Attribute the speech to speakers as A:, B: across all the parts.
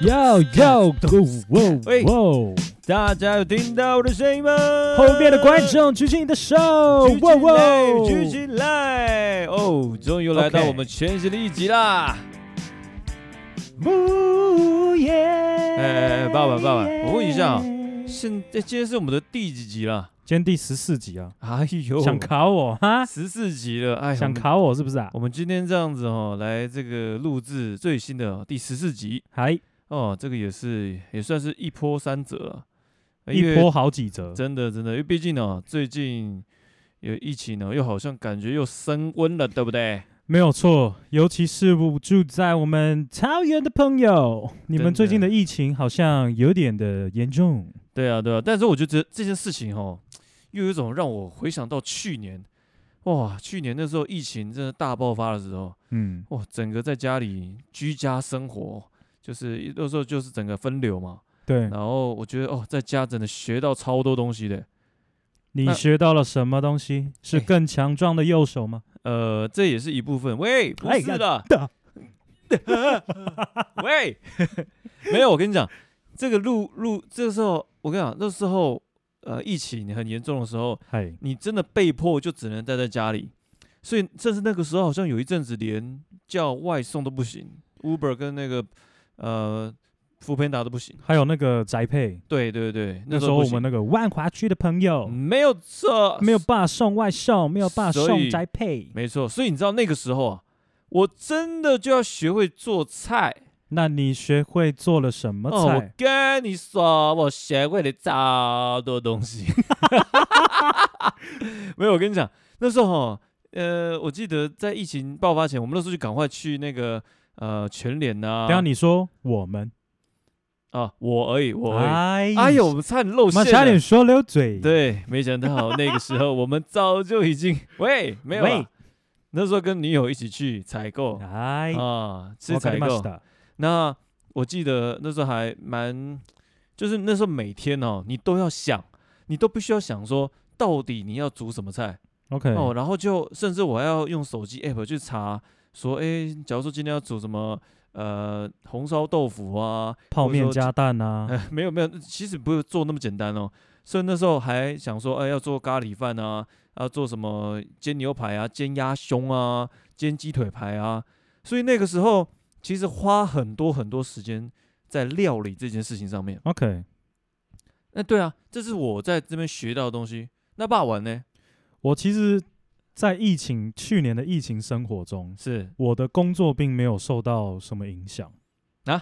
A: 要要
B: 咚
A: 哦
B: 喂
A: 哦！
B: 大家有听到我的声音吗？
A: 后面的观众举起你的手，
B: 举
A: 哇
B: 起来，
A: 哇！
B: 举起来！哦，终于来到
A: OK
B: 我们全新的一集啦！
A: 木叶。哎
B: 哎爸爸爸爸我问一下啊现在今天是我们的第几集了？
A: 今天第十四集啊，
B: 哎呦，
A: 想考我哈？
B: 十四集了，哎，
A: 想
B: 我们。
A: 考我是不是啊？
B: 我们今天这样子哦，来这个录制最新的哦第十四集
A: 还
B: 哦，这个也是也算是一波三折啊，呃因
A: 一
B: 为
A: 波好几折，
B: 真的真的，因为毕竟呢、最近有疫情哦呢，又好像感觉又升温了，对不对？
A: 没有错。尤其是我住在我们桃园的朋友，你
B: 真的
A: 们最近的疫情好像有点的严重。
B: 对啊，对啊。但是我觉得这件事情哦，又有一种让我回想到去年，哇，去年那时候疫情真的大爆发的时候，
A: 嗯，
B: 哇，整个在家里居家生活，就是那时候就是整个分流嘛。
A: 对，
B: 然后我觉得哦，在家真的学到超多东西的。
A: 你
B: 那
A: 学到了什么东西？是
B: 哎
A: 更强壮的右手吗？
B: 呃，这也是一部分。喂，不
A: 哎
B: 是
A: 干
B: 的，
A: 的
B: 喂， 没有，我跟你讲，这个录录，这时候我跟你讲，那时候呃疫情很严重的时候，
A: 嗨，
B: 你真的被迫就只能待在家里，所以甚至那个时候好像有一阵子连叫外送都不行，Uber 跟那个呃福培达都不行。
A: 还有那个宅配，
B: 对对对，
A: 那
B: 时
A: 时
B: 候
A: 候
B: 不
A: 我
B: 行嗯
A: 们那个万华区的朋友
B: 没有错，
A: 没有办法送外送，没有办法
B: 所
A: 送
B: 以
A: 宅配。
B: 没错，所以你知道那个时候啊，我真的就要学会做菜。
A: 那你学会做了什么
B: 哦，我
A: 菜？
B: 跟你说，我学会了超多东西。 没有，我跟你讲，那时候哈，呃，我记得在疫情爆发前，我们那时候就赶快去那个呃全联呐、
A: 等
B: 啊。
A: 一下你说我们，
B: 啊，我而已，我而已。
A: 哎
B: 哎呦，我，们差点露
A: 我
B: 馅
A: 们
B: 了。
A: 差点说溜嘴。，
B: 对，没想到那个时候我们早就已经 喂没有
A: 喂
B: 啦那时候跟女友一起去采购
A: 哎，
B: 啊，吃
A: 我
B: 采
A: 看
B: 购。
A: 到。
B: 那我记得那时候还蛮，就是那时候每天哦，你都要想，你都必须要想说，到底你要煮什么菜
A: OK，
B: 哦，然后就甚至我还要用手机 app 去查，说，诶，假如说今天要煮什么，呃，红烧豆腐啊，
A: 泡
B: 我
A: 面
B: 说
A: 加蛋啊，
B: 呃，没有没有，其实不是做那么简单哦，所以那时候还想说，哎、要做咖喱饭啊，要做什么煎牛排啊、煎鸭胸啊、煎鸡腿排啊，所以那个时候其实花很多很多时间在料理这件事情上面。
A: OK，
B: 那、对啊，这是我在这边学到的东西。那霸王呢？
A: 我其实，在疫情去年的疫情生活中，
B: 是
A: 我的工作并没有受到什么影响
B: 啊，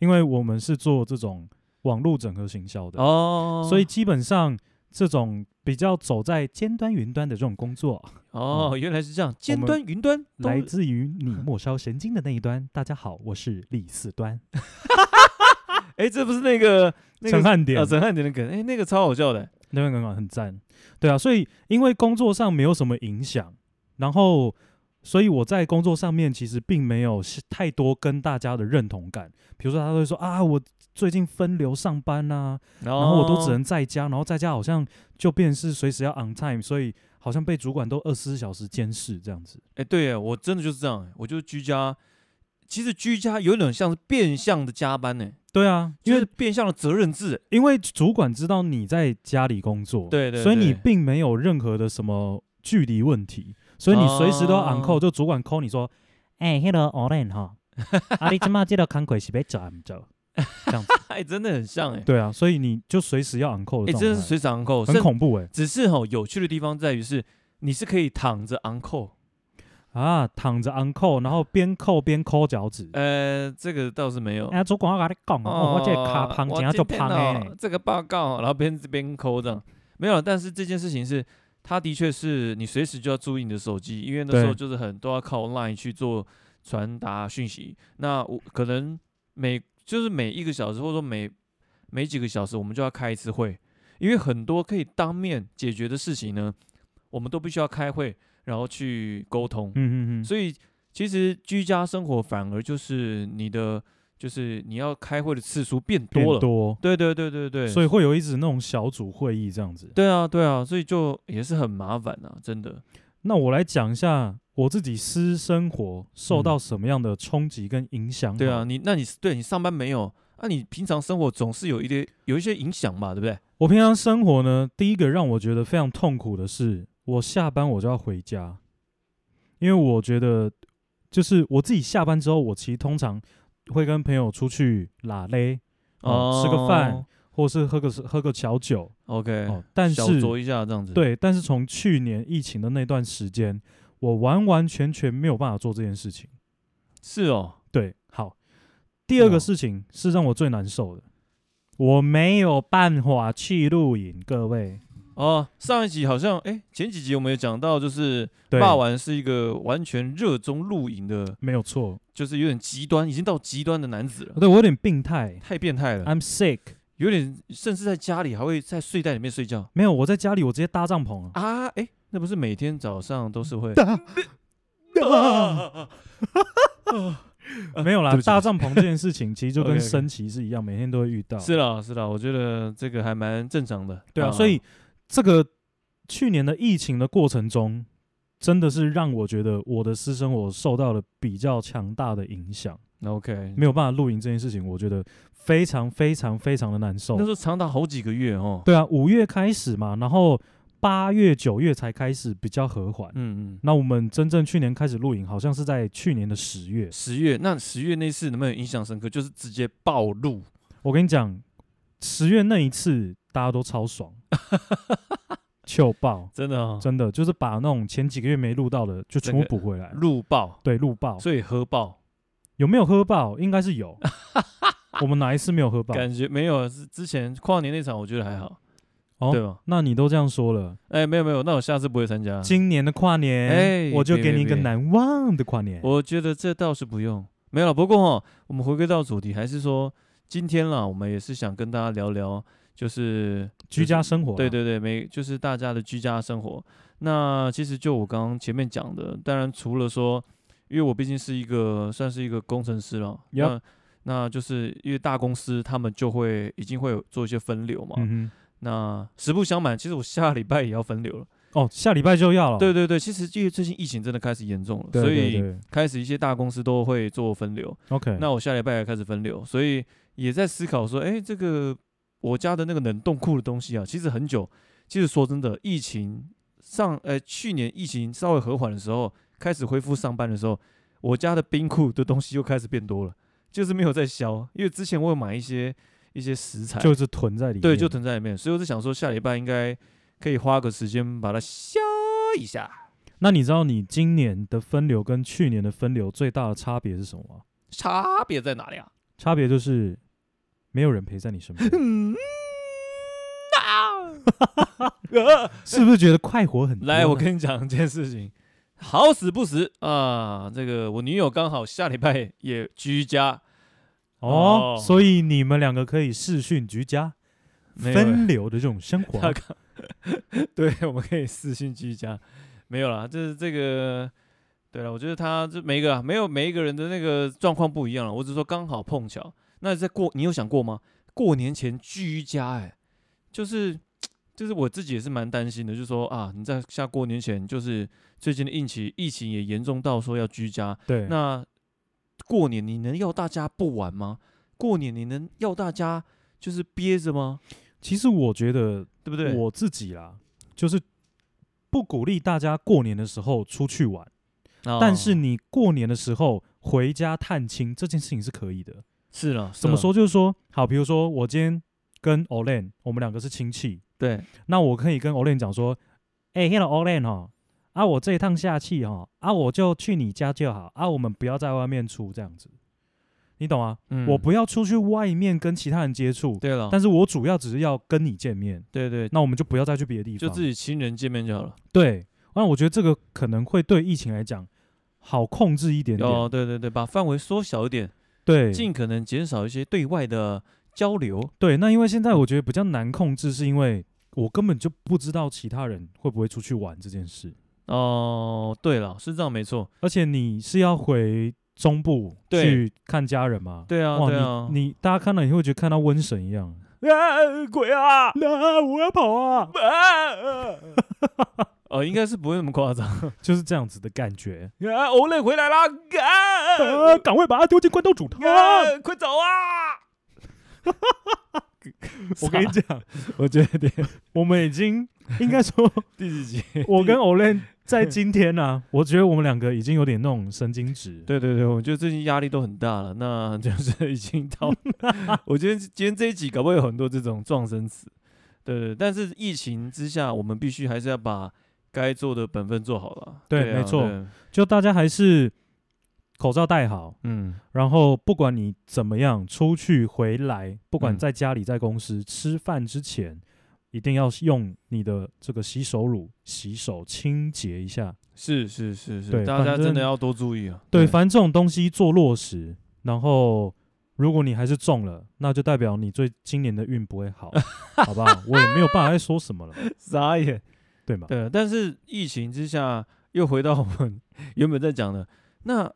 A: 因为我们是做这种网络整合行销的，
B: 哦，
A: 所以基本上这种比较走在尖端云端的这种工作，
B: 哦，
A: 嗯
B: 原来是这样，尖
A: 们
B: 端云端都
A: 来自于你末梢神经的那一端。大家好，我是李四端，
B: 哎、这不是那个那
A: 陈
B: 个
A: 汉典
B: 啊，，陈汉典的梗，哎、那个超好笑的、
A: 那边很好很赞。对啊，所以因为工作上没有什么影响，然后所以我在工作上面其实并没有是太多跟大家的认同感。比如说，他会说啊，我最近分流上班呐、
B: 然
A: 然后我都只能在家，然后在家好像就变是随时要 on time，所以好像被主管都二十四小时监视这样子。
B: 哎、对耶，我真的就是这样耶，我就居家。其实居家有点像是变相的加班呢，
A: 对啊，因
B: 因为
A: 为
B: 变相的责任制。
A: 因为主管知道你在家里工作，
B: 对对
A: 所以你
B: 对
A: 并没有任何的什么距离问题，所以你随时都要
B: 哦
A: on call，、就主管 call 你说，哎、那个 Oren 哈，啊，你今嘛这个工课是要做唔做？
B: 哎，真的很像哎，
A: 对啊，所以你就随时要 on call
B: 哎，
A: 的状态，
B: 真的是随时 on call，
A: 很
B: 甚
A: 恐怖哎、
B: 只是吼有趣的地方在于是，你是可以躺着 on call。
A: 啊，躺着 on call，然后边扣边抠脚趾。
B: 呃，这个倒是没有。
A: 哎、主管我跟你讲哦，我这个卡胖，
B: 我
A: 今下就
B: 今天
A: 胖哎、
B: 哦这个报告，然后边边抠这样，没有。但是这件事情是，它的确是你随时就要注意你的手机，因为那时候
A: 对
B: 就是很多要靠 Line 去做传达讯息。那我可能每就是每一个小时，或者说每每几个小时，我们就要开一次会，因为很多可以当面解决的事情呢，我们都必须要开会，然后去沟通。
A: 嗯嗯嗯，
B: 所以其实居家生活反而就是你的，就是你要开会的次数变多
A: 变
B: 了。
A: 多，
B: 对对对对对，
A: 所以会有一直那种小组会议这样子。
B: 对啊对啊，所以就也是很麻烦啊，真的。
A: 那我来讲一下我自己私生活
B: 嗯
A: 受
B: 啊
A: 到什么样的冲击跟影响、
B: 对啊，，你那你对你上班没有啊，你平常生活总是有一些有一些影响嘛，对不对？
A: 我平常生活呢，第一个让我觉得非常痛苦的是，我下班我就要回家，因为我觉得就是我自己下班之后，我其实通常会跟朋友出去拉嘞，哦吃个饭或是喝个喝个小酒
B: ，OK，
A: 哦。但
B: 小
A: 是
B: 酌一下这样子，，
A: 对，但是从去年疫情的那段时间，我完完全全没有办法做这件事情。
B: 是哦，
A: 对，好，第二
B: 哇
A: 个事情是让我最难受的，我没有办法去露营，各位。
B: 哦，上一集好像，哎，前几集我们有讲到，就是
A: 对，
B: 霸王是一个完全热衷露营的，
A: 没有错，
B: 就是有点极端，已经到极端的男子了，
A: 对我有点病态
B: 太变态了，
A: ，I'm sick。
B: 有点甚至在家里还会在睡袋里面睡觉
A: 没有，我在家里我直接搭帐篷了。
B: 啊，哎，那不是每天早上都 是会，
A: 啊没有啦
B: 对不，起
A: 搭帐篷这件事情其实就 跟
B: OK，OK
A: 升旗是一样，每天都会遇到。
B: 是啦是啦，我觉得这个还蛮正常的，
A: 对啊，所以这个去年的疫情的过程中，真的是让我觉得我的私生活受到了比较强大的影响，
B: OK，
A: 没有办法露营这件事情，我觉得非常非常非常的难受
B: 那。时候长达好几个月哦，
A: 对啊，五月开始嘛，然后八月九月才开始比较和缓。
B: 嗯嗯。
A: 那我们真正去年开始露营，好像是在去年的十月。
B: 嗯十月，那十月那次能不能印象深刻？就是直接暴露，
A: 我跟你讲，十月那一次大家都 超爽，糗爆，
B: 真的、哦，
A: 真的啊就是把那种前几个月没录到的就全部补回来，
B: 露爆，
A: 对，录爆。
B: 所以喝爆，
A: 有没有喝爆？应该 是有。我们哪一次没有喝爆？
B: 感觉没有是之前跨年那场，我觉得还好，
A: 哦
B: 对吧？
A: 那你都这样说了，
B: 哎、没有没有，那我下次不会参加。
A: 今年的跨年，
B: 嗯哎
A: 我就
B: 别
A: 给你
B: 别
A: 一个
B: 别
A: 难忘的跨年。
B: 我觉得这倒是不用，没有了。不过哦，我们回归到主题，还是说今天啦，我们也是想跟大家聊聊，就是
A: 居家生活啊啦，
B: 对对对，每就是大家的居家生活。那其实就我刚刚前面讲的，当然除了说，因为我毕竟是一个算是一个工程师了
A: Yup
B: 那那就是因为大公司他们就会已经会有做一些分流嘛。
A: 嗯
B: 那实不相瞒，其实我下礼拜也要分流了。
A: 哼，哦，下礼拜就要了。
B: 对对对，其实因为最近疫情真的开始严重了，
A: 对对
B: 所以
A: 对
B: 开始一些大公司都会做分流。
A: ，OK，
B: 那我下礼拜也开始分流，所以也在思考说，哎、这个我家的那个冷冻库的东西啊，其实很久，其实说真的，疫情上，呃，去年疫情稍微和缓的时候，开始恢复上班的时候，我家的冰库的东西又开始变多了，就是没有在消，因为之前我有买一些一些食材，
A: 就是囤在里面。
B: 对，就囤在里面，所以我就想说下礼拜应该可以花个时间把它消一下。
A: 那你知道你今年的分流跟去年的分流最大的差别是什么吗？
B: 差别在哪里啊？
A: 差别就是没有人陪在你身 边，
B: 嗯啊。
A: 是不是觉得快活很多呢？
B: 来，我跟你讲一件事情，好死不死啊！这个我女友刚好下礼拜也居家，
A: 哦
B: 哦，
A: 所以你们两个可以视讯居家
B: 没有
A: 分流的这种生
B: 她
A: 活，啊
B: 刚 对，我们可以私信居家，没有啦，就是这个，对了，我觉得她这每一个啊没有每一个人的那个状况不一样了，我只是说刚好碰巧。那在过，你有想过吗？过年前居家、哎，就是。就是我自己也是蛮担心的，就是说啊，你在下过年前，就是最近的疫情疫情也严重到说要居家，
A: 对，
B: 那过年你能要大家不玩吗？过年你能要大家就是憋着吗？
A: 其实我觉得
B: 对不对？
A: 我自己啦，就是不鼓励大家过年的时候出去玩，
B: 啊
A: 但是你过年的时候回家探亲这件事情是可以的。
B: 是了，是
A: 怎么
B: 了？
A: 说？就是说，好，比如说我今天跟 Olen，我们两个是亲戚，
B: 对，
A: 那我可以跟 Olen 讲说，哎、h e l l o Olen 哈，啊，我这一趟下去哈，啊，我就去你家就好，啊，我们不要在外面出这样子，你懂吗？
B: 嗯
A: 我不要出去外面跟其他人接触，
B: 对了，
A: 但是我主要只是要跟你见面，
B: 对对，
A: 那我们就不要再去别的地
B: 就
A: 方，
B: 自己亲人见面就好了。
A: 对。那我觉得这个可能会对疫情来讲好控制一点点，
B: 哦，对对对，把范围缩小一点，
A: 对，
B: 尽可能减少一些对外的交流。
A: 对，那因为现在我觉得比较难控制，是因为我根本就不知道其他人会不会出去玩这件事，
B: 哦，对了，是这样没错。
A: 而且你是要回中部
B: 对
A: 去看家人嘛？
B: 对啊，
A: 哇，
B: 对啊，
A: 你你大家看到你会觉得看到瘟神一 样，哎
B: 啊鬼啊！
A: 那、我要跑啊，
B: 啊！ 哦，应该是不会那么夸张。
A: 就是这样子的感 觉。
B: 啊，欧磊回来啦！啊
A: 哎 啊，赶快把它丢进关东煮汤！
B: 快走啊！
A: 我跟你
B: 傻
A: 讲，
C: 我觉得
A: 我们已经应该说，
C: 第几集？
A: 我跟 Olen 在今天呢、啊，我觉得我们两个已经有点那种神经质。
B: 对对对，我觉得最近压力都很大了，那 就是已经到， 我觉得今天这一集搞不好有很多这种撞生词，对对，但是疫情之下，我们必须还是要把该做的本分做好了。
A: 对
B: 啊
A: 没错
B: 对
A: 就大家还是口罩戴好，
B: 嗯，
A: 然后不管你怎么样出去回来，不管
B: 嗯
A: 在家里在公司、吃饭之前，一定要用你的这个洗手乳洗手清洁一下。
B: 是是是是，
A: 对
B: 大
A: 反
B: 家真的
A: 正
B: 要多注意啊。
A: 对，反正这种东西做落实，然后如果你还是中了，那就代表你最今年的运不会好，好不好？我也没有办法再说什么了，
B: 傻眼。
A: 对吗？
B: 对，但是疫情之下，又回到我们原本在讲的那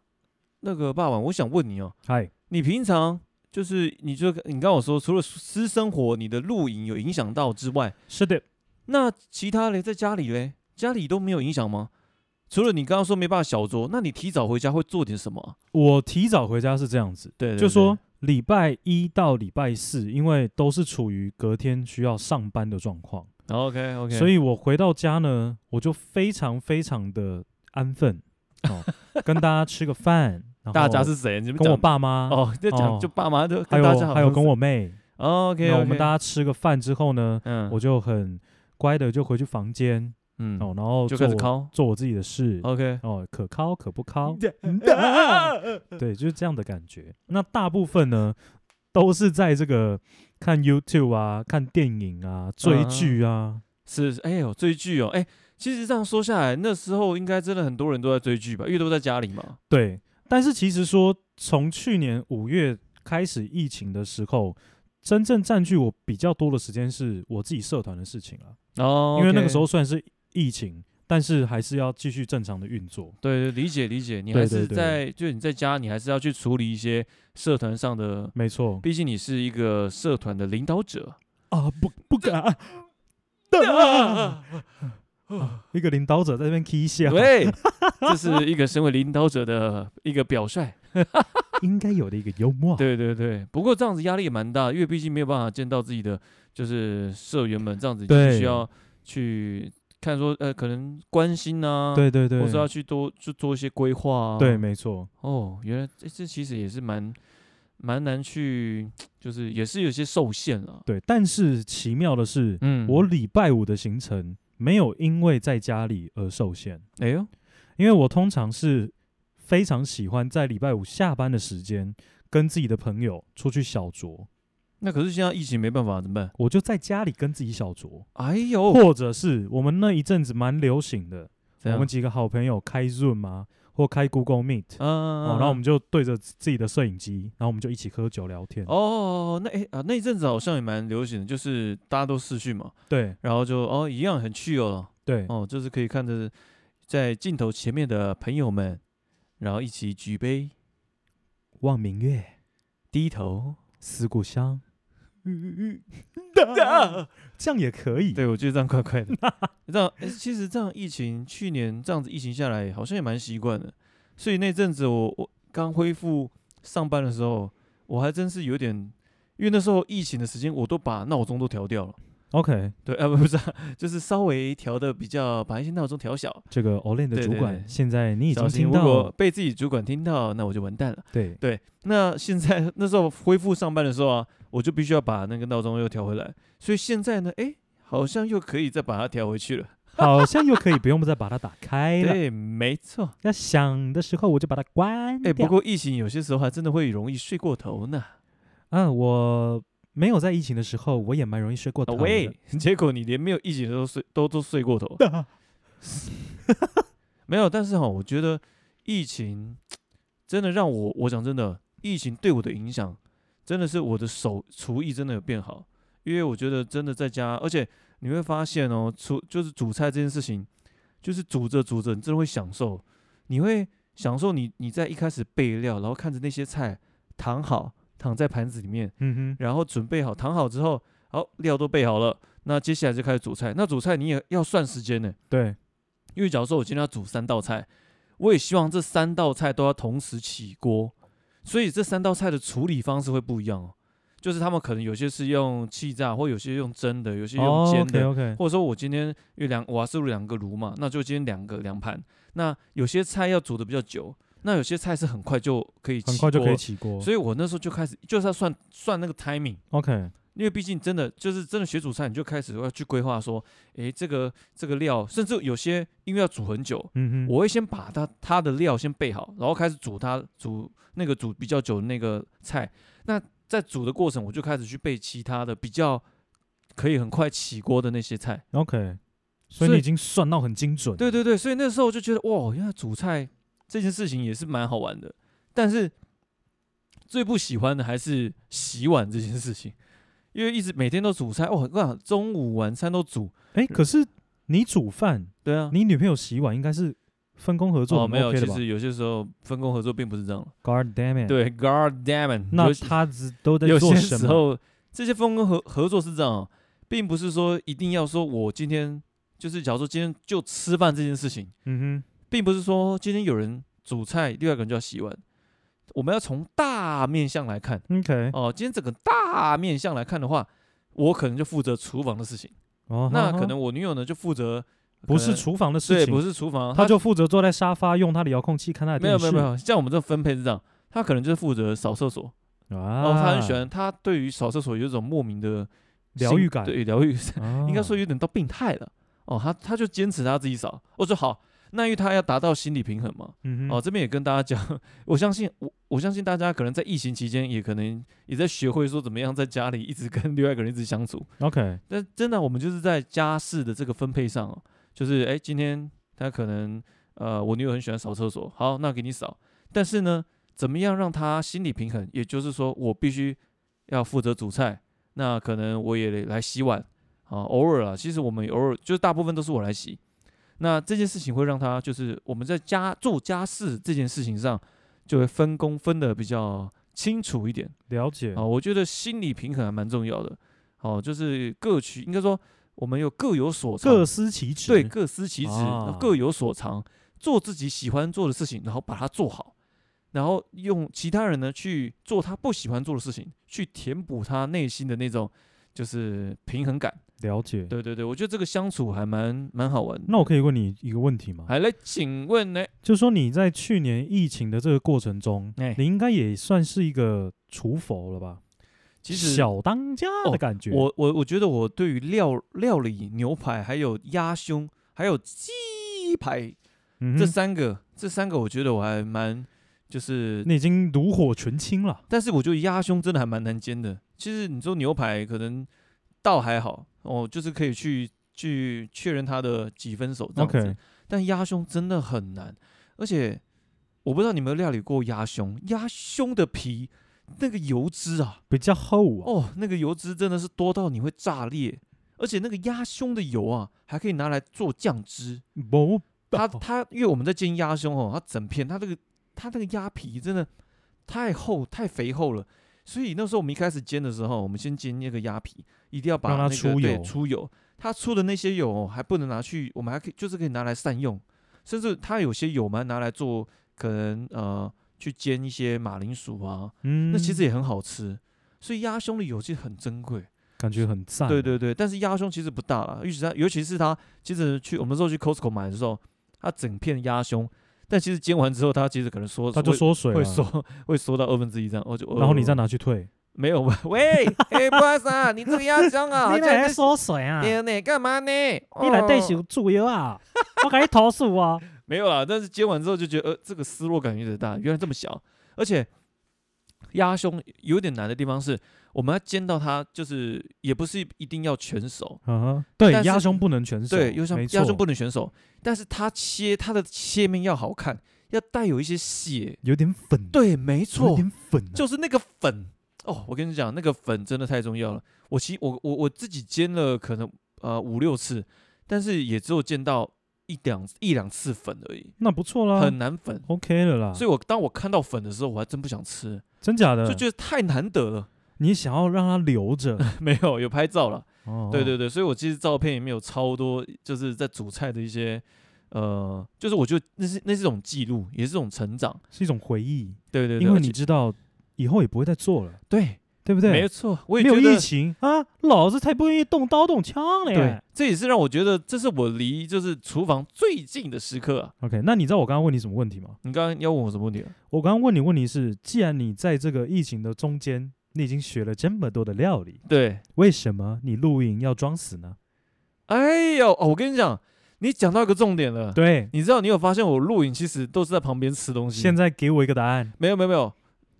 B: 那个霸王，我想问你哦，
A: 嗨，
B: 你平常就是你就你刚我说，除了私生活，你的露营有影响到之外，
A: 是的，
B: 那其他嘞，在家里嘞，家里都没有影响吗？除了你刚刚说没办法小酌，那你提早回家会做点什么啊？
A: 我提早回家是这样子，
B: 对
A: 就说礼拜一到礼拜四，因为都是处于隔天需要上班的状况，
B: OK OK，
A: 所以我回到家呢，我就非常非常的安分， 哦，跟大家吃个饭，然后
B: 大家是谁？你们
A: 哦跟我
B: 讲
A: 爸妈，
B: 哦，在讲
A: 哦
B: 就爸妈就
A: 还
B: 跟大家
A: 有
B: 好
A: 还有
B: 像
A: 跟
B: 是
A: 我妹，
B: 哦 OK，
A: 那我们大
B: 家
A: 家吃个饭之后呢，
B: 嗯
A: 我就很乖的就回去房间
B: 嗯
A: 哦，然后
B: 就
A: 做
B: 开始
A: 我
B: 敲
A: 做我自己的事
B: OK
A: 哦，可敲可不 敲，
B: 啊
A: 对，就是这样的感觉。那大部分呢都是在这个看 YouTube 啊、看电影啊、追剧啊，
B: 是，是哎呦，追剧哦，哎，其实这样说下来，那时候应该真的很多人都在追剧吧，因为都在家里嘛。
A: 对。但是其实说，从去年五月开始疫情的时候，真正占据我比较多的时间是我自己社团的事情啊，
B: 哦
A: 因为那个时
B: OK
A: 候虽然是疫情，但是还是要继续正常的运作。
B: 对对，理解理解，你
A: 对
B: 还
A: 对
B: 是
A: 对
B: 在就你在家，你还是要去处理一些社团上的，
A: 没错
B: 毕竟你是一个社团的领导者。
A: 啊，不不敢。
B: 啊
A: 啊一个领导者在那边 k 笑，
B: 对，这是一个身为领导者的一个表率。
A: 应该有的一个幽默。
B: 对对对，不过这样子压力也蛮大，因为毕竟没有办法见到自己的就是社员们，这样子就需
A: 对
B: 要去看说呃，可能关心啊，，
A: 对对
B: 或
A: 对，
B: 者要去多就做一些规划啊。
A: 对，没错，
B: 哦，原来这这其实也是蛮蛮难去，就是也是有些受限啊了。
A: 对。但是奇妙的是，
B: 嗯
A: 我礼拜五的行程没有因为在家里而受限，
B: 哎呦，
A: 因为我通常是非常喜欢在礼拜五下班的时间跟自己的朋友出去小酌，
B: 那可是现在疫情没办法，怎么办？
A: 我就在家里跟自己小酌，
B: 哎呦，
A: 或者是我们那一阵子蛮流行的，
B: 怎
A: 我
B: 样
A: 们几个好朋友开 Zoom 啊，或开 Google Meet，
B: 啊，
A: 哦，然后我们就对着自自己的摄影机，然后我们就一起喝酒聊天。
B: 哦，那哎啊那一阵子好像也蛮流行的，就是大家都视讯嘛，
A: 对
B: 然后就哦一样很趣哦，
A: 对，
B: 哦就是可以看着在镜头前面的朋友们，然后一起举杯
A: 望明月，
B: 低头。
A: 思故 乡，这样也可以。
B: 对，我觉得这样怪怪 的。这样、诶其实这样疫情，去年这样子疫情下来，好像也蛮习惯的。所以那阵子我我刚恢复上班的时候，我还真是有点，因为那时候疫情的时间，我都把闹钟都调掉了。
A: OK，
B: 对，啊，不是啊、就是稍微调的比较，把一些闹钟调小。
A: 这个 Olin 的
B: 对
A: 主
B: 对
A: 管
B: 对
A: 现在你已经
B: 小心
A: 听
B: 如果
A: 到，
B: 被自己主管听到，那我就完蛋了。
A: 对
B: 对，那现在那时候恢复上班的时候啊，我就必须要把那个闹钟又调回来。所以现在呢，诶，好像又可以再把它调回去了。
A: 好像又可以不用再把它打开了。
B: 对，没错。
A: 要想的时候我就把它关
B: 哎、不
A: 掉。
B: 过疫情有些时候还真的会容易睡过头呢。
A: 啊，我没有在疫情的时候，我也蛮容易睡过
B: 啊
A: 头的。
B: 喂， 结果你连没有疫情的时候睡都都睡 过头，没有。但是哈，我觉得疫情真的让我，我讲真的，疫情对我的影响真的是我的手厨艺真的有变好，因为我觉得真的在家，而且你会发现哦，厨就是煮菜这件事情，就是煮着煮着，你真的会享受，你会享受你你在一开始备料，然后看着那些菜躺好躺在盘子里面。
A: 嗯哼，
B: 然后准备好，躺好之后，好料都备好了，那接下来就开始煮菜。那煮菜你也要算时间呢，
A: 对，
B: 因为假如说我今天要煮三道菜，我也希望这三道菜都要同时起锅，所以这三道菜的处理方式会不一样哦。就是他们可能有些是用气炸，或有些用蒸的，有些用
A: 哦
B: 煎
A: ，OK
B: 的，
A: OK，
B: 或者说我今天有两瓦斯炉两个炉嘛，那就今天两个两盘。那有些菜要煮的比较久，那有些菜是很快就可以
A: 很
B: 起
A: 快就可
B: 锅
A: 以
B: 了
A: 起锅。
B: 所以我那时候就开始就是要算算那个 timing。
A: OK，
B: 因为毕竟真的就是真的学煮菜，你就开始要去规划说，诶，这个这个料，甚至有些因为要煮很久，
A: 嗯哼，
B: 我会先把它它的料先备好，然后开始煮它煮那个煮比较久的那个菜。那在煮的过程，我就开始去备其他的比较可以很快起锅的那些菜。
A: OK，所
B: 所
A: 以你
B: 以
A: 已经算到很精准。
B: 对对对，所以那时候我就觉得哇，原来煮菜这件事情也是蛮好玩的。但是最不喜欢的还是洗碗这件事情，因为一直每天都煮菜，哦，我跟你讲中午晚餐都煮，
A: 哎，可是你煮饭，
B: 对啊。
A: 你女朋友洗碗，应该是分工合作
B: 哦，
A: 很
B: 没有
A: OK 的
B: 其
A: 吧
B: 实有些时候分工合作并不是这样。
A: ？God damn it！，
B: 对，God damn it，
A: 那
B: 有些
A: 他只都在
B: 有
A: 做
B: 些
A: 什
B: 时
A: 么？
B: 候这些分工合合作是这样哦、并不是说一定要说我今天就是假如说今天就吃饭这件事情，
A: 嗯
B: 并不是说今天有人煮菜，另外一个人就要洗碗。我们要从大面向来看
A: 哼，OK，
B: 哦、今天整个大面向来看的话，我可能就负责厨房的事情，
A: 哦，
B: 那
A: 好好
B: 可能我女友呢就负责
A: 不
B: 可
A: 是
B: 能
A: 厨房的事
B: 对，
A: 情，
B: 不是厨房，
A: 他
B: 她
A: 就负责坐在沙发用他的遥控器看他的
B: 没有
A: 电
B: 没
A: 视。
B: 有没有，像我们这分配是这样，她可能就是负责扫厕所，
A: 有
B: 然
A: 啊，
B: 后哦她很喜欢，她对于扫厕所有一种莫名的
A: 疗
B: 心
A: 愈感
B: 对疗愈
A: 啊，
B: 应该说有点到病态了。哦，他他就坚持他自己扫，我说好，那因为他要达到心理平衡嘛。
A: 嗯哼，
B: 哦，这边也跟大家讲，我相信我我相信大家可能在疫情期间也可能也在学会说怎么样在家里一直跟另外一个人一直相处。
A: ，OK，
B: 但真的，我们就是在家事的这个分配上哦，就是哎，今天他可能呃，我女友很喜欢扫厕所，好，那给你扫。但是呢，怎么样让她心理平衡？也就是说，我必须要负责煮菜，那可能我也得来洗碗啊，偶尔啊，其实我们偶尔就是大部分都是我来洗。那这件事情会让她就是我们在家做家事这件事情上，就会分工分的比较清楚一点。
A: 了解
B: 啊、。我觉得心理平衡还蛮重要的。哦，就是各取，应该说我们有各有所长，
A: 各司其职，
B: 对各司其职，
A: 啊
B: 各有所长，做自己喜欢做的事情，然后把它做好，然后用其他人呢去做他不喜欢做的事情，去填补他内心的那种就是平衡感。
A: 了解。
B: 对对对，我觉得这个相处还蛮蛮好玩的。
A: 那我可以问你一个问题吗？
B: 还来，请问呢？
A: 就是说你在去年疫情的这个过程中，
B: 哎
A: 你应该也算是一个厨佛了吧？
B: 其实哦
A: 小当家的感觉。
B: 我我我觉得我对于料料理、牛排、还有鸭胸、还有鸡排
A: 嗯哼
B: 这三个，这三个我觉得我还蛮就是，
A: 你已经炉火纯青了。
B: 但是我觉得鸭胸真的还蛮难煎的。其实你说牛排可能倒还好哦，就是可以去去确认它的几分熟这样子
A: OK，
B: 但鸭胸真的很难，而且我不知道你们有没有料理过鸭胸，鸭胸的皮那个油脂啊，
A: 比较厚啊。
B: 哦，那个油脂真的是多到你会炸裂，而且那个鸭胸的油啊，还可以拿来做酱汁。
A: 不，
B: 它它，因为我们在煎鸭胸哦，它整片它这个它那个鸭皮真的太厚太肥厚了，所以那时候我们一开始煎的时候，我们先煎那个鸭皮，一定要把
A: 让它
B: 那个
A: 出
B: 对
A: 油
B: 出油，它出的那些油哦还不能拿去，我们还可以就是可以拿来善用，甚至它有些油我们还拿来做可能呃去煎一些马铃薯啊，
A: 嗯，
B: 那其实也很好吃。所以鸭胸的油其实很珍贵，
A: 感觉很赞。啊
B: 对，对对，但是鸭胸其实不大啦，尤其是它，尤其是它，其实去我们那时候去 Costco 买的时候，它整片鸭胸，但其实煎完之后，它其实可能缩，
A: 它就
B: 会
A: 缩水
B: 会
A: 了，
B: 缩呃会缩到二分之一这样，我就
A: 然后你再
B: 在
A: 拿去退。
B: 没有 吧？喂，哎，不好意思啊，你这个鸭胸 啊，好像在
A: 缩水啊
B: 你哦你干嘛呢？你
A: 你来对手注油啊！ 我给你投诉啊！
B: 没有啦，但是煎完之后就觉得，呃，这个失落感有点大，原来这么小，而且鸭胸有点难的地方是，我们要煎到它就是也不是一定要全熟，
A: 嗯哼，对，
B: 但是
A: 鸭胸不能全熟，
B: 对，又像
A: 没
B: 鸭
A: 错
B: 胸不能选手，但是它切它的切面要好看，要带有一些血。
A: 有点粉，
B: 对，没
A: 有
B: 错，
A: 点粉啊，
B: 就是那个粉哦。我跟你讲，那个粉真的太重要了。我其我我我自己煎了可能呃五六次，但是也只有煎到一两一两次粉而已，
A: 那不错啦，
B: 很难粉。
A: OK 了啦。
B: 所以我当我看到粉的时候，我还真不想吃，
A: 真假的
B: 就，觉得太难得了。
A: 你想要让它留着，
B: 没有，有拍照了。
A: 哦，
B: 对对对，所以我其实照片里面有超多，就是在煮菜的一些，呃，就是我觉得那是那是一种记录，也是一种成长。
A: 是一种回忆，
B: 对对对，
A: 因为
B: 而
A: 你
B: 且
A: 知道以后也不会再做了，
B: 对
A: 对不对？
B: 没错，我也
A: 没有
B: 觉得
A: 疫情啊，老子才不愿意动刀动枪嘞。
B: 对，这也是让我觉得这是我离就是厨房最近的时刻啊。
A: OK，那你知道我刚刚问你什么问题吗？
B: 你刚刚要问我什么问题啊？
A: 我刚刚问你问题是，既然你在这个疫情的中间，你已经学了这么多的料理，
B: 对，
A: 为什么你露营要装死呢？
B: 哎呦，哦，我跟你讲，你讲到一个重点了。
A: 对，
B: 你知道你有发现我录影其实都是在旁边吃东西。
A: 现
B: 在
A: 在给我一个答案，
B: 没有没有没有，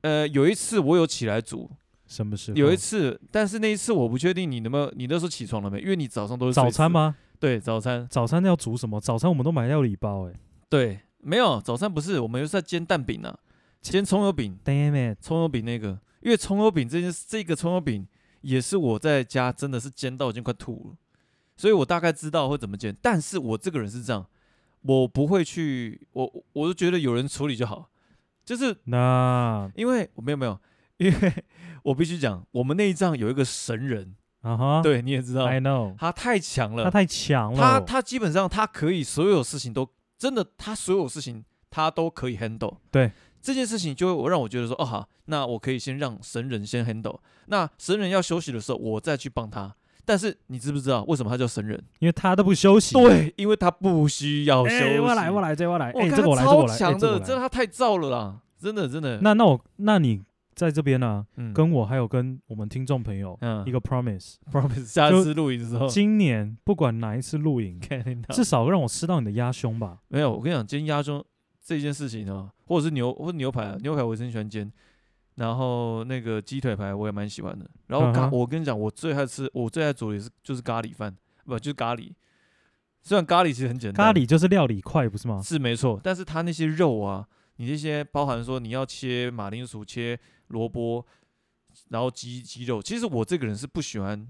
B: 呃，有一次我有起来煮，
A: 什么时候？
B: 有一次，但是那一次我不确定你能不能，你那时候起床了没？因为你早上都是
A: 早餐
B: 嘛。
A: 吗？
B: 对，早餐。
A: 早餐要煮什么？早餐我们都买料理包、欸，哎
B: 对，没有早餐不是，我们又是在煎蛋饼啊，煎葱油饼，
A: ，damn it，
B: 葱油饼那个，因为葱油饼这件事，这个葱油饼也是我在家真的是煎到已经快吐了，所以我大概知道会怎么煎，但是我这个人是这样，我不会去，我我就觉得有人处理就好，就是
A: 那
B: 因为我没有没有，因为 我必须讲，我们那一仗有一个神人，
A: 啊哈，
B: 对你也知道，
A: ，I know，
B: 他太强了，
A: 他太强了，
B: 他他基本上他可以所有事情都真的，他所有事情他都可以 handle。
A: 对
B: 这件事情，就会我让我觉得说，哦好，那我可以先让神人先 handle。那神人要休息的时候，我再去帮他。但是你知不知道为什么他叫神人？
A: 因为他都不休息，
B: 对，因为他不需要休息。
A: 哎，我来，我来，这我来，
B: 我
A: 哎，
B: 看
A: 这个我
B: 他
A: 来，这个
B: 超
A: 我来，哎
B: 强
A: 这个
B: 的，
A: 我
B: 真的
A: 来。
B: 他太燥了啦，真的真的。
A: 那那我，那你在这边呢，
B: 嗯
A: 跟我还有跟我们听众朋友
B: 嗯
A: 一个 promise，
B: promise 哦下
A: 就
B: 次录影的时候，
A: 今年不管哪一次露营，
B: 看到
A: 至少让我吃到你的鸭胸吧。
B: 没有，我跟你讲，煎鸭胸这件事情呢，或者是牛或者牛排
A: 嗯
B: 啊，牛排我也是很喜欢煎，然后那个鸡腿排我也蛮喜欢的。然后咖，
A: 嗯哼
B: 我跟你讲，我最爱吃，我最爱煮的也是就是咖喱饭，不就是咖喱。虽然咖喱其实很简单，
A: 咖喱就是料理块，不是吗？
B: 是没错，但是它那些肉啊，你那些包含说你要切马铃薯、切萝卜，然后鸡鸡肉，其实我这个人是不喜欢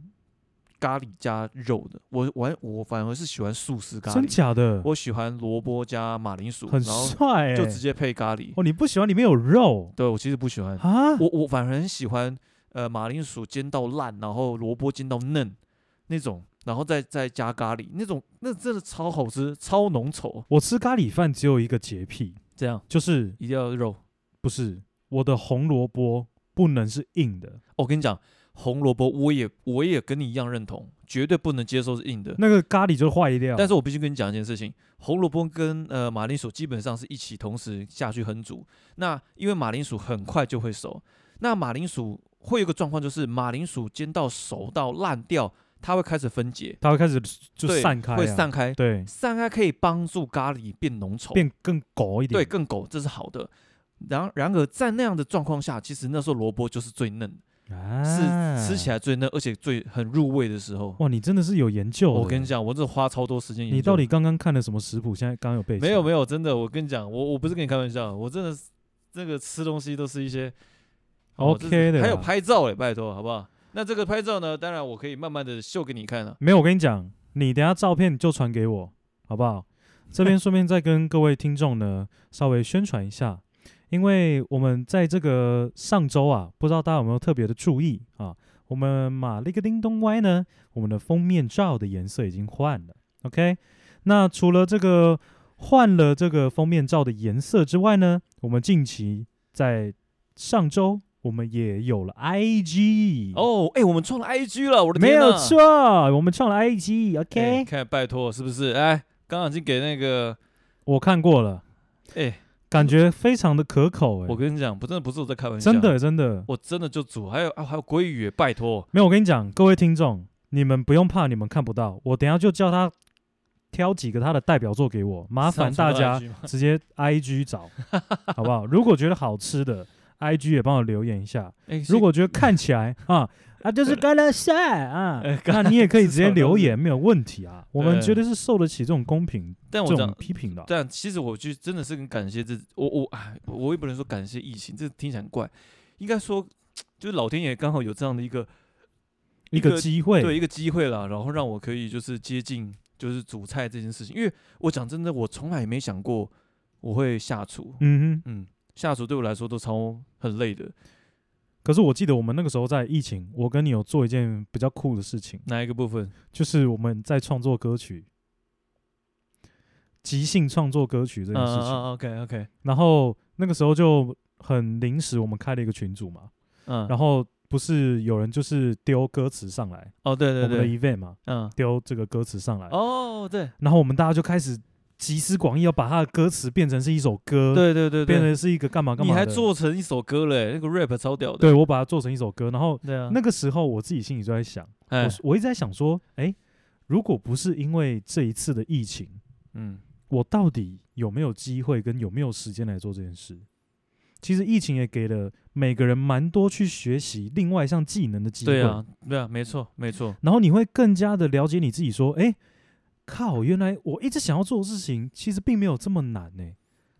B: 咖喱加肉的，我我还我反而是喜欢素食咖
A: 真
B: 喱。
A: 假的，
B: 我喜欢萝卜加马铃薯，
A: 很
B: 然后
A: 帅哎、
B: 就直接嗯配咖喱。
A: 哦，你不喜欢里面有肉
B: 对我其实不喜欢，
A: 啊？
B: 我我反而很喜欢呃马铃薯煎到烂，然后萝卜煎到嫩那种，然后再再加咖喱那种，那真的超好吃，超浓稠。
A: 我吃咖喱饭只有一个洁癖，
B: 这样
A: 就是
B: 一定要肉。
A: 不是我的红萝卜不能是硬的，
B: 哦我跟你讲，红萝卜我也我也跟你一样认同，绝对不能接受是硬的。
A: 那个咖喱就坏掉。
B: 但是我必须跟你讲一件事情，红萝卜跟呃马铃薯基本上是一起同时下去烹煮。那因为马铃薯很快就会熟，那马铃薯会有一个状况就是马铃薯煎到熟到烂掉，它会开始分解，
A: 它会开始就
B: 对
A: 散开、啊，
B: 会散开，
A: 对，
B: 散开可以帮助咖喱变浓稠，
A: 变更狗一点。
B: 对更狗，这是好的。然然而在那样的状况下，其实那时候萝卜就是最嫩，
A: 啊，
B: 是吃起
A: 来。
B: 来最嫩，而且最很入味的时候。
A: 哇，你真的是有研究的。
B: 我跟你讲，我这花超多时间研究。
A: 哦你到底刚刚看了什么食谱？现在刚刚有背起来
B: 没有没有，真的，我跟你讲，我我不是跟你开玩笑，我真的是这个吃东西都是一些哦这是
A: OK 的啦
B: 还有拍照哎，拜托好不好？那这个拍照呢，当然我可以慢慢的秀给你看啊了、
A: 没有，我跟你讲，你等一下照片就传给我，好 不好？这边顺便再跟各位听众呢稍微宣传一下，因为我们在这个上周啊，不知道大家有没有特别的注意啊，我们马里个叮咚歪呢，我们的封面照的颜色已经换了，OK？那除了这个换了这个封面照的颜色之外呢，我们近期在上周我们也有了 IG
B: 哦，哎、我们创了 IG 了，我的
A: 没
B: 天
A: 有
B: 呐
A: 错，我们创了 IG，OK，、
B: 哎看拜托是不是？哎，刚刚已经给那个
A: 我看过了，
B: 哎、
A: 感觉非常的可口、
B: 我
A: 欸，
B: 跟你讲，不真的不是我在开玩笑，
A: 真，的真的，
B: 我真的就煮，还有啊还有鲑鱼耶，拜托，
A: 没有，我跟你讲，各位听众，你们不用怕，你们看不到，我等一下就叫他挑几个他的代表作给我，麻烦大
B: 上传
A: 家
B: 到 IG 吗
A: 直接 IG 找，好不好？如果觉得好吃的，IG 也帮我留言一下。
B: 哎，
A: 如果觉得看起来啊啊就是
B: 呃
A: 干了晒啊，那你也可以直接留言，没有问题啊。我们
B: 对
A: 绝对是受得起这种公平、
B: 但我
A: 这
B: 这样
A: 种批评的啊。
B: 但其实我就真的是很感谢这，我我哎，我也不能说感谢疫情，这听起来很怪，应该说就是老天爷刚好有这样的一个
A: 一
B: 一
A: 个
B: 个
A: 机会，
B: 对一个机会啦，然后让我可以就是接近就是煮菜这件事情，因为我讲真的，我从来也没想过我会下厨，
A: 嗯哼。
B: 嗯，下厨对我来说都超很累的，
A: 可是我记得我们那个时候在疫情，我跟你有做一件比较酷的事情，
B: 哪一个部分？
A: 就是我们在创作歌曲，即兴创作歌曲这件事
B: 嗯
A: 情。
B: ，OK OK，
A: 然后那个时候就很临时，我们开了一个群组嘛，
B: 嗯，
A: 然后不是有人就是丢歌词上来，
B: 哦，对对
A: 我们的
B: 对，
A: event 嘛，
B: 嗯，
A: 丢这个歌词上来，
B: 哦，对，
A: 然后我们大家就开始集思广益，要把他的歌词变成是一首歌，，
B: 对对对
A: 呃变
B: 对，
A: 成是一个干嘛干
B: 你
A: 嘛的
B: 还做成一首歌嘞，那个 rap 超屌的，
A: 对我把它做成一首歌，然后
B: 对啊，
A: 那个时候我自己心里就在想，
B: 哎
A: 我，我一直在想说，哎，如果不是因为这一次的疫情，
B: 嗯，
A: 我到底有没有机会跟有没有时间来做这件事？其实疫情也给了每个人蛮多去学习另外一项技能的机会，
B: 对啊，对啊，没错没错，
A: 然后你会更加的了解你自己，说，哎，靠，原来我一直想要做的事情，其实并没有这么难呢、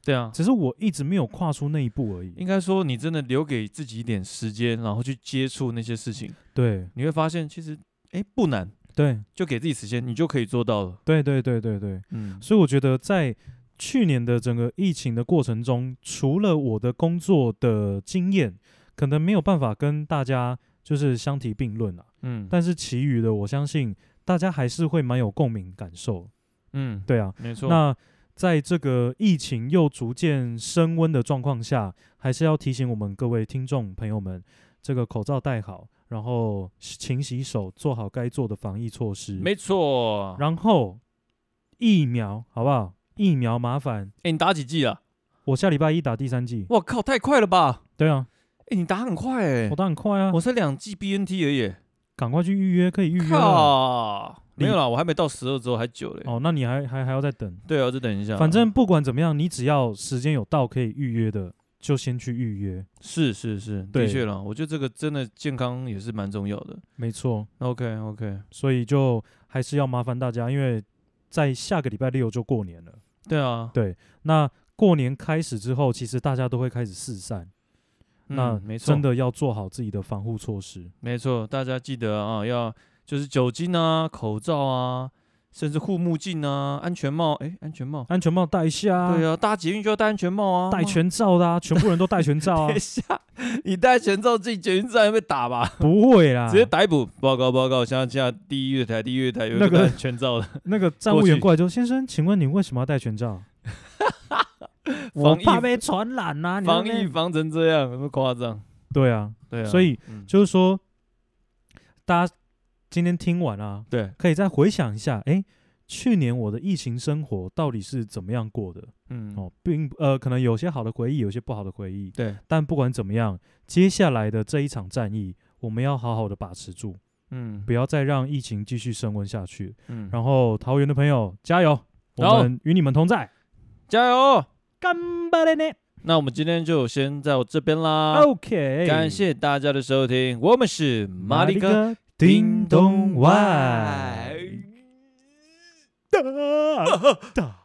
B: 对啊，
A: 只是我一直没有跨出那一步而已。
B: 应该说你真的留给自己一点时间，然后去接触那些事情，
A: 对
B: 你会发现其实哎不难，
A: 对
B: 就给自己时间，你就可以做到了，
A: 对对对对对，
B: 嗯，
A: 所以我觉得在去年的整个疫情的过程中，除了我的工作的经验，可能没有办法跟大家就是相提并论啊，
B: 嗯，
A: 但是其余的，我相信大家还是会蛮有共鸣感受。
B: 嗯，
A: 对啊，
B: 没错，
A: 那在这个疫情又逐渐升温的状况下，还是要提醒我们各位听众朋友们，这个口罩戴好，然后勤洗手，做好该做的防疫措施。
B: 没错，
A: 然后疫苗好不好？疫苗麻烦，
B: 哎，你打几剂啊？
A: 我下礼拜一打第三剂。
B: 我靠，太快了吧！
A: 对啊，
B: 哎，你打很快哎
A: 我，打很快啊，
B: 我才两剂 BNT 而已。
A: 赶快去预约，可以预约了。
B: 靠，没有啦，我还没到十二周，还久嘞。
A: 哦，那你还还还要再等。
B: 对啊，就等一下。
A: 反正不管怎么样，你只要时间有到可以预约的，就先去预约。
B: 是是是，的
A: 对
B: 确啦，我觉得这个真的健康也是蛮重要的。
A: 没错，
B: OK OK，
A: 所以就还是要麻烦大家，因为在下个礼拜六就过年了。
B: 对啊，
A: 对，那过年开始之后，其实大家都会开始四散，
B: 嗯
A: 那
B: 没错
A: 真，的要做好自己的防护措施。
B: 没错，大家记得啊，要就是酒精啊、口罩啊，甚至护目镜啊、安全帽，哎，安全帽，
A: 安全帽戴一下啊，
B: 对啊，搭捷运就要戴安全帽啊，
A: 戴全罩的啊，全部人都戴全 罩啊
B: 等一，下，你戴全罩进捷运站被打吧？
A: 不会啦，
B: 直接逮捕！报告报告，现在现在第一月台第一月台有一
A: 那个啊
B: 戴全罩的，
A: 那个站务员过来就先生，请问你为什么要戴全 罩？我
B: 防疫
A: 怕被传染呐、啊，你在那
B: 防
A: 边
B: 疫防成这样，有没有夸张？
A: 对啊，
B: 对啊，
A: 所以
B: 嗯
A: 就是说，大家今天听完啊，
B: 对，
A: 可以再回想一下，诶，去年我的疫情生活到底是怎么样过的？
B: 嗯，
A: 哦，并呃，可能有些好的回忆，有些不好的回忆，
B: 对，
A: 但不管怎么样，接下来的这一场战役，我们要好好的把持住，
B: 嗯
A: 不要再让疫情继续升温下去。
B: 嗯，
A: 然后，桃园的朋友加油，
B: 然后
A: 我们与你们同在，
B: 加油！哦嗯
A: 干巴嘞呢
B: 那我们今天就先到这边啦，
A: ？OK，
B: 啊感谢大家的收听，我们是马里哥，
A: 哥，叮咚外，哒哒。